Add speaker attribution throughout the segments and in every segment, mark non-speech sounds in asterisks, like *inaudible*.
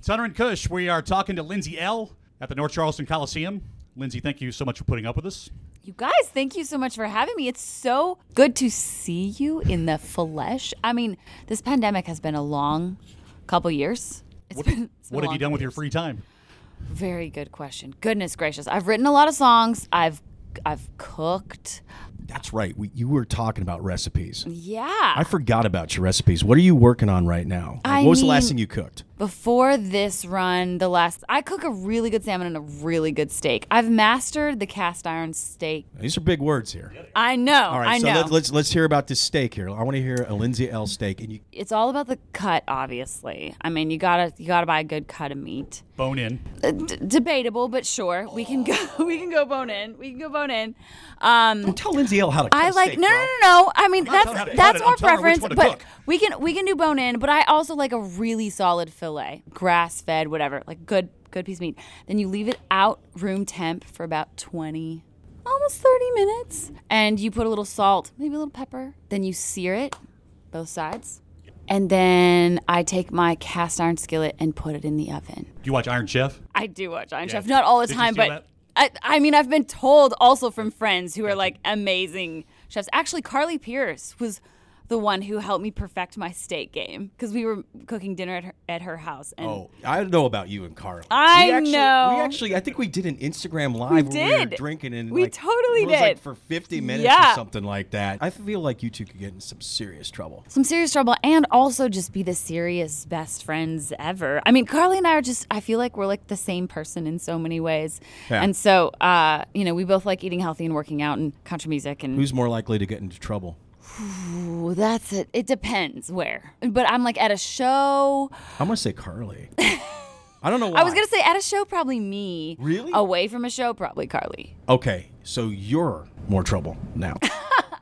Speaker 1: Sutter and Cush, we are talking to Lindsay L. at the North Charleston Coliseum. Lindsay, thank you so much for putting up with us.
Speaker 2: You guys, thank you so much for having me. It's so good to see you in the flesh. I mean, this pandemic has been a long couple years. It's
Speaker 1: What,
Speaker 2: been, it's been
Speaker 1: what
Speaker 2: a
Speaker 1: have you
Speaker 2: long
Speaker 1: done with
Speaker 2: couple
Speaker 1: your
Speaker 2: years.
Speaker 1: free time?
Speaker 2: Very good question. Goodness gracious. I've written a lot of songs. I've I've cooked.
Speaker 3: That's right. We, you were talking about recipes.
Speaker 2: Yeah.
Speaker 3: I forgot about your recipes. What are you working on right now? Like,
Speaker 2: I
Speaker 3: what was the last
Speaker 2: mean-
Speaker 3: thing you cooked?
Speaker 2: Before this run, the last I cook a really good salmon and a really good steak. I've mastered the cast iron steak.
Speaker 3: These are big words here.
Speaker 2: I know.
Speaker 3: All right,
Speaker 2: I
Speaker 3: so
Speaker 2: know.
Speaker 3: Let, let's let's hear about this steak here. I want to hear a Lindsay L steak, and you
Speaker 2: it's all about the cut, obviously. I mean, you gotta you gotta buy a good cut of meat.
Speaker 1: Bone in.
Speaker 2: Uh, d- debatable, but sure, we can go. *laughs* We can go bone in. We can go bone in. Um,
Speaker 3: tell Lindsay L how to. Cook
Speaker 2: I
Speaker 3: a
Speaker 2: like
Speaker 3: steak,
Speaker 2: no, no,
Speaker 3: bro.
Speaker 2: no, no. I mean,
Speaker 1: not telling her how to
Speaker 2: that's
Speaker 1: cut
Speaker 2: that's
Speaker 1: it.
Speaker 2: more
Speaker 1: I'm telling her which
Speaker 2: preference,
Speaker 1: one to
Speaker 2: but
Speaker 1: cook.
Speaker 2: we can we can do bone in. But I also like a really solid fillet, grass fed, whatever, like good good piece of meat. Then you leave it out room temp for about twenty. Almost 30 minutes. And you put a little salt, maybe a little pepper. Then you sear it, both sides. And then I take my cast iron skillet and put it in the oven.
Speaker 1: Do you watch Iron Chef?
Speaker 2: I do watch Iron
Speaker 1: Yeah.
Speaker 2: Chef, not all the
Speaker 1: Did you
Speaker 2: time,
Speaker 1: steal
Speaker 2: but I, I mean, I've been told also from friends who are like amazing chefs. Actually, Carly Pierce was the one who helped me perfect my steak game because we were cooking dinner at her, at her house. And
Speaker 3: Oh, I don't know about you and Carl.
Speaker 2: I
Speaker 3: we actually,
Speaker 2: know.
Speaker 3: We actually, I think we did an Instagram live. where we were
Speaker 2: did.
Speaker 3: drinking and
Speaker 2: We
Speaker 3: like,
Speaker 2: totally
Speaker 3: it was like
Speaker 2: did.
Speaker 3: for fifty minutes or
Speaker 2: Yeah.
Speaker 3: something like that. I feel like you two could get in some serious trouble.
Speaker 2: some serious trouble and also just be the serious best friends ever. I mean, Carly and I are just, I feel like we're like the same person in so many ways.
Speaker 3: Yeah.
Speaker 2: And so, uh, you know, we both like eating healthy and working out and country music and
Speaker 3: Who's more likely to get into trouble?
Speaker 2: Ooh, that's it. It depends where. But I'm like at a show.
Speaker 3: I'm gonna
Speaker 2: *laughs*
Speaker 3: say Carly. I don't know why.
Speaker 2: I was gonna say at a show, probably me.
Speaker 3: Really?
Speaker 2: Away from a show, probably Carly.
Speaker 3: Okay, so you're more trouble now.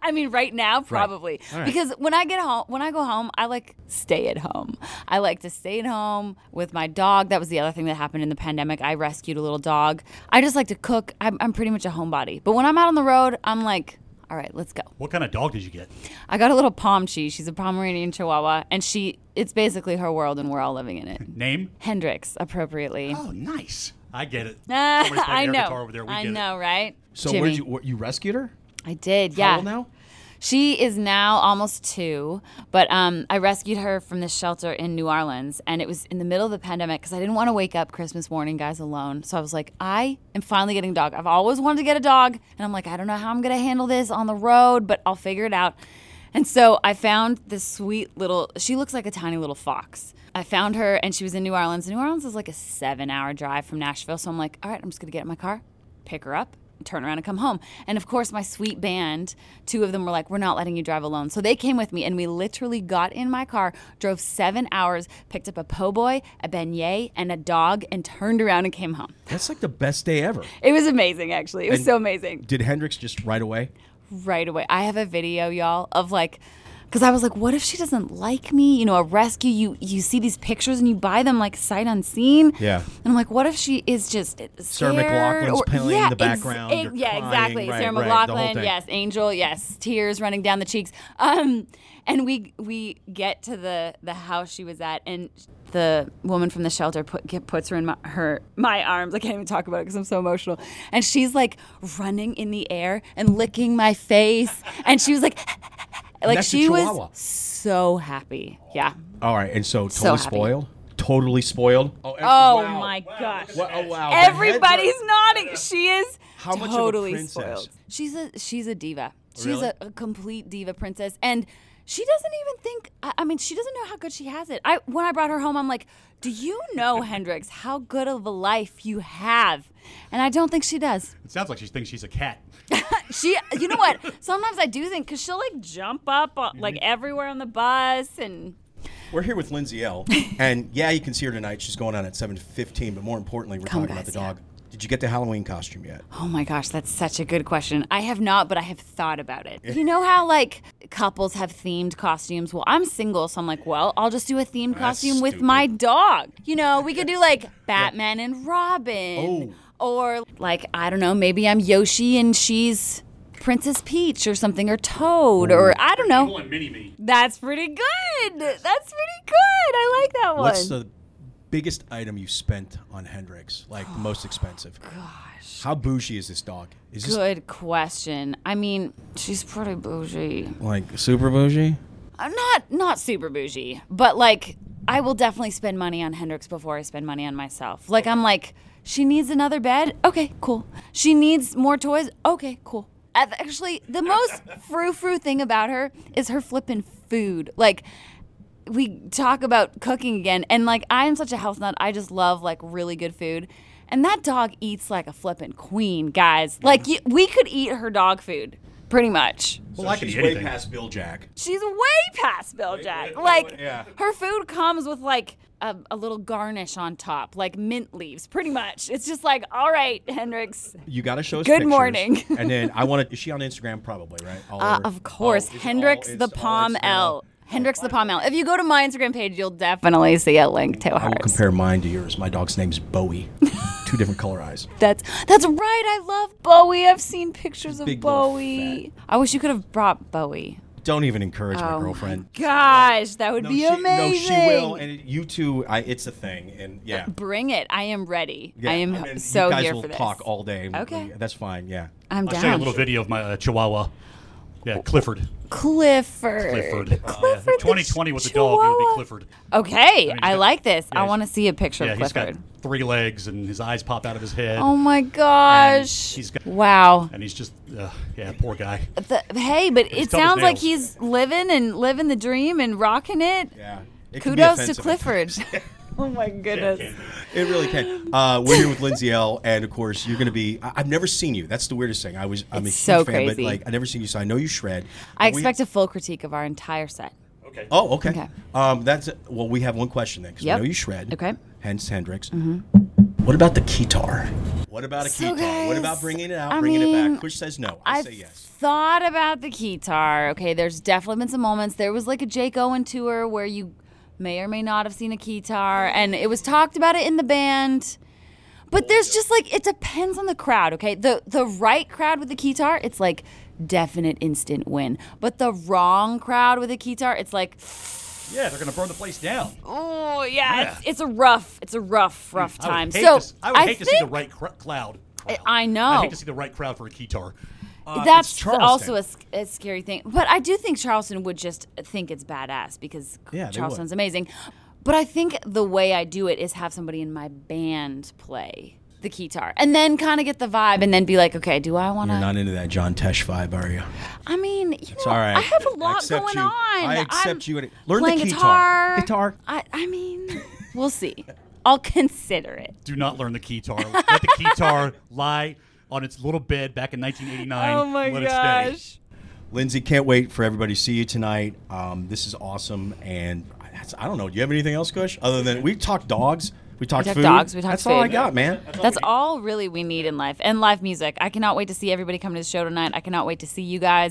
Speaker 2: I mean, right now, probably
Speaker 3: All right.
Speaker 2: because when I get home, when I go home, I like stay at home. I like to stay at home with my dog. That was the other thing that happened in the pandemic. I rescued a little dog. I just like to cook. I'm, I'm pretty much a homebody. But when I'm out on the road, I'm like, all right, let's go.
Speaker 1: What kind of dog did you get?
Speaker 2: I got a little Pomchi. She's a Pomeranian Chihuahua, and she it's basically her world, and we're all living in it.
Speaker 1: *laughs* Name?
Speaker 2: Hendrix, appropriately.
Speaker 1: Oh, nice. I get
Speaker 2: *laughs*
Speaker 1: it.
Speaker 2: Ah,
Speaker 1: Somebody's playing
Speaker 2: I
Speaker 1: air
Speaker 2: know.
Speaker 1: guitar over there. We
Speaker 2: I
Speaker 1: get it.
Speaker 2: know, right?
Speaker 3: *laughs* So
Speaker 2: Jimmy.
Speaker 3: where you what, you rescued her?
Speaker 2: I did.
Speaker 3: How
Speaker 2: yeah.
Speaker 3: old now?
Speaker 2: She is now almost two, but um, I rescued her from this shelter in New Orleans, and it was in the middle of the pandemic because I didn't want to wake up Christmas morning, guys, alone. So I was like, I am finally getting a dog. I've always wanted to get a dog, and I'm like, I don't know how I'm gonna handle this on the road, but I'll figure it out. And so I found this sweet little, she looks like a tiny little fox. I found her and she was in New Orleans. New Orleans is like a seven hour drive from Nashville. So I'm like, all right, I'm just going to get in my car, pick her up, turn around and come home. And of course, my sweet band, two of them were like, we're not letting you drive alone. So they came with me and we literally got in my car, drove seven hours, picked up a po' boy, a beignet, and a dog, and turned around and came home.
Speaker 3: That's like the best day ever.
Speaker 2: It was amazing, actually. It was
Speaker 3: And-
Speaker 2: so amazing.
Speaker 3: Did Hendrix just right away?
Speaker 2: right away. I have a video, y'all, of like, because I was like, what if she doesn't like me? You know, a rescue. You you see these pictures and you buy them like sight unseen.
Speaker 3: Yeah.
Speaker 2: And I'm like, what if she is just scared
Speaker 3: McLachlan's
Speaker 2: or-
Speaker 3: playing in
Speaker 2: yeah,
Speaker 3: the background,
Speaker 2: ex-
Speaker 3: you're
Speaker 2: yeah,
Speaker 3: crying,
Speaker 2: exactly.
Speaker 3: right,
Speaker 2: Sarah
Speaker 3: right, the whole
Speaker 2: McLaughlin.
Speaker 3: thing.
Speaker 2: yes, Angel. Yes, tears running down the cheeks. Um, and we we get to the the house she was at and. The woman from the shelter put, get, puts her in my, her my arms. I can't even talk about it because I'm so emotional. And she's like running in the air and licking my face. And she was like, like
Speaker 3: that's a
Speaker 2: she
Speaker 3: Chihuahua.
Speaker 2: was so happy. Yeah.
Speaker 3: All right, and so
Speaker 2: So
Speaker 3: totally
Speaker 2: happy.
Speaker 3: spoiled. Totally spoiled. Oh, and-
Speaker 2: Oh
Speaker 3: wow.
Speaker 2: my gosh.
Speaker 3: What- oh wow! The heads are-
Speaker 2: Everybody's nodding. She is
Speaker 3: How much of a
Speaker 2: totally
Speaker 3: princess?
Speaker 2: spoiled. She's a she's a diva. She's
Speaker 3: Really?
Speaker 2: a, a complete diva princess, and she doesn't even think. I, I mean, she doesn't know how good she has it. I when I brought her home, I'm like, "Do you know, *laughs* Hendrix, how good of a life you have?" And I don't think she does.
Speaker 1: It sounds like she thinks she's a cat.
Speaker 2: She, you know
Speaker 3: *laughs*
Speaker 2: what? Sometimes I do think because she'll like jump up uh, like
Speaker 3: Mm-hmm.
Speaker 2: everywhere on the bus, and
Speaker 3: We're here with
Speaker 2: *laughs*
Speaker 3: Lindsay L. and yeah, you can see her tonight. She's going on at seven fifteen. But more importantly, we're
Speaker 2: Come
Speaker 3: talking about
Speaker 2: guys,
Speaker 3: the dog. Did you get the Halloween costume yet?
Speaker 2: Oh my gosh, that's such a good question. I have not, but I have thought about it. You know how like couples have themed costumes? Well, I'm single, so I'm like, well, I'll just do a themed costume with
Speaker 3: stupid.
Speaker 2: my dog. You know, we could do like Batman and Robin.
Speaker 3: Oh.
Speaker 2: Or like, I don't know, maybe I'm Yoshi and she's Princess Peach or something, or Toad,
Speaker 3: Oh.
Speaker 2: or I don't know.
Speaker 1: and mini me.
Speaker 2: That's pretty good. That's pretty good. I like that one.
Speaker 3: What's the biggest item you spent on Hendrix? Like the most expensive? Gosh. How bougie is this dog? Is this
Speaker 2: Oh, Good question. I mean, she's pretty bougie.
Speaker 3: like super bougie?
Speaker 2: I'm Uh, not not super bougie, but like I will definitely spend money on Hendrix before I spend money on myself. Like I'm like she needs another bed. Okay, cool. She needs more toys. Okay, cool. I've- Actually, the most frou frou thing about her is her flippin' food. Like we talk about cooking again, and like I am such a health nut. I just love like really good food. And that dog eats like a flippin' queen, guys. Like y- we could eat her dog food, pretty much.
Speaker 1: Well,
Speaker 3: So
Speaker 1: I can
Speaker 3: she's
Speaker 1: eat
Speaker 3: way
Speaker 1: anything.
Speaker 3: past Bill Jack.
Speaker 2: She's way past Bill Jack. Like
Speaker 3: yeah.
Speaker 2: her food comes with like a, a little garnish on top, like mint leaves, pretty much. It's just like, all right, Hendrix.
Speaker 3: You got to show us.
Speaker 2: Good
Speaker 3: pictures,
Speaker 2: morning.
Speaker 3: *laughs* and then I want to. Is she on Instagram? Probably right. All
Speaker 2: Uh,
Speaker 3: over-
Speaker 2: of course,
Speaker 3: all- Oh, is it
Speaker 2: Hendrix
Speaker 3: all-
Speaker 2: the
Speaker 3: it's all
Speaker 2: Palm
Speaker 3: Instagram?
Speaker 2: L. Hendrix the Palm L. If you go to my Instagram page, you'll definitely see a link to
Speaker 3: I will
Speaker 2: hers.
Speaker 3: compare mine to yours. My dog's
Speaker 2: *laughs*
Speaker 3: name's Bowie. Two different color eyes.
Speaker 2: That's that's right. I love Bowie. I've seen pictures of
Speaker 3: Big little
Speaker 2: Bowie. I wish you could have brought Bowie.
Speaker 3: Don't even encourage my
Speaker 2: Oh my
Speaker 3: girlfriend.
Speaker 2: Gosh, that would
Speaker 3: No,
Speaker 2: be
Speaker 3: she, no,
Speaker 2: amazing.
Speaker 3: she will. And it- you two, I, it's a thing. And yeah.
Speaker 2: Bring it. I am ready.
Speaker 3: Yeah,
Speaker 2: I am
Speaker 3: mean,
Speaker 2: so
Speaker 3: you guys
Speaker 2: here
Speaker 3: will
Speaker 2: for this.
Speaker 3: talk all day.
Speaker 2: Okay. Uh,
Speaker 3: We- that's fine. Yeah.
Speaker 2: I'm
Speaker 1: I'll
Speaker 2: down.
Speaker 1: show you a little video of my uh, Chihuahua. Yeah, Clifford.
Speaker 2: Clifford.
Speaker 1: Clifford. Uh, yeah.
Speaker 2: Clifford
Speaker 1: If 2020 was a dog, it would
Speaker 2: Chihuahua.
Speaker 1: be Clifford.
Speaker 2: Okay,
Speaker 1: he's
Speaker 2: I
Speaker 1: got-
Speaker 2: like this.
Speaker 1: yeah,
Speaker 2: I
Speaker 1: he's-
Speaker 2: want to see a picture
Speaker 1: Yeah,
Speaker 2: of
Speaker 1: he's
Speaker 2: Clifford.
Speaker 1: got three legs and his eyes pop out of his head.
Speaker 2: Oh my gosh!
Speaker 1: he's got-
Speaker 2: wow.
Speaker 1: And he's just, uh, yeah, poor guy.
Speaker 2: The- hey, but it
Speaker 1: tough as
Speaker 2: sounds like
Speaker 1: nails.
Speaker 2: he's living and living the dream and rocking it.
Speaker 3: Yeah. It can be
Speaker 2: Kudos to
Speaker 3: offensive at
Speaker 2: Clifford.
Speaker 1: *laughs*
Speaker 2: *laughs* oh my goodness.
Speaker 3: It really can. Uh, we're here with Lindsay L, and of course, you're going to be. I, I've never seen you. That's the weirdest thing. I was. I'm
Speaker 2: It's
Speaker 3: a
Speaker 2: so
Speaker 3: huge fan,
Speaker 2: crazy.
Speaker 3: but like, I never seen you, so I know you shred.
Speaker 2: I
Speaker 3: We-
Speaker 2: expect a full critique of our entire set.
Speaker 1: Okay.
Speaker 3: Oh, okay.
Speaker 2: Okay.
Speaker 3: Um, that's well. We have one question then, because
Speaker 2: Yep.
Speaker 3: we know you shred.
Speaker 2: Okay. Mm-hmm.
Speaker 3: Hence Hendrix. What about the guitar? What about a
Speaker 2: So,
Speaker 3: guitar? what about
Speaker 2: guys,
Speaker 3: bringing it out,
Speaker 2: I
Speaker 3: bringing it
Speaker 2: mean,
Speaker 3: back? Push says no. I,
Speaker 2: I've
Speaker 3: say yes.
Speaker 2: thought about the guitar. Okay, there's definitely been some moments. There was like a Jake Owen tour where you may or may not have seen a guitar, and it was talked about it in the band. But there's just like it depends on the crowd. Okay, the the right crowd with the guitar, it's like definite instant win. But the wrong crowd with a guitar, it's like
Speaker 1: Yeah, they're going to burn the place down.
Speaker 2: oh yeah, It's, it's a rough, it's a rough, rough
Speaker 1: I
Speaker 2: time.
Speaker 1: would hate,
Speaker 2: so
Speaker 1: to, s- I would hate to see the
Speaker 2: think-
Speaker 1: right cr- cloud.
Speaker 2: I-
Speaker 1: crowd.
Speaker 2: I know.
Speaker 1: I hate to see the right crowd for a Uh, guitar.
Speaker 3: Uh, it's
Speaker 2: That's
Speaker 3: Charleston.
Speaker 2: also a, sc- a scary thing. But I do think Charleston would just think it's badass because
Speaker 3: Yeah, they
Speaker 2: Charleston's
Speaker 3: would.
Speaker 2: amazing. But I think the way I do it is have somebody in my band play the guitar and then kind of get the vibe and then be like, okay, do I want
Speaker 3: You're
Speaker 2: to?
Speaker 3: not into that John Tesh vibe, are you?
Speaker 2: I mean, you
Speaker 3: It's
Speaker 2: know,
Speaker 3: all right.
Speaker 2: I have a
Speaker 3: I
Speaker 2: lot
Speaker 3: accept
Speaker 2: going
Speaker 3: you.
Speaker 2: on.
Speaker 3: I accept
Speaker 2: I'm
Speaker 3: you and- Learn the
Speaker 2: playing
Speaker 3: guitar.
Speaker 2: guitar.
Speaker 3: Guitar.
Speaker 2: I, I mean, we'll see. I'll consider it.
Speaker 1: Do not learn the guitar. Let the
Speaker 2: *laughs*
Speaker 1: guitar lie on its little bed back in 1989.
Speaker 2: Oh my
Speaker 1: Let It stay.
Speaker 2: gosh.
Speaker 3: Lindsay, can't wait for everybody to see you tonight. Um, this is awesome, and that's, I don't know. Do you have anything else, Kush? Other than we talked dogs, we talked
Speaker 2: talked
Speaker 3: food.
Speaker 2: dogs, we talked
Speaker 3: that's all I
Speaker 2: food.
Speaker 3: got, man.
Speaker 2: That's all really we need in life and live music. I cannot wait to see everybody come to the show tonight. I cannot wait to see you guys.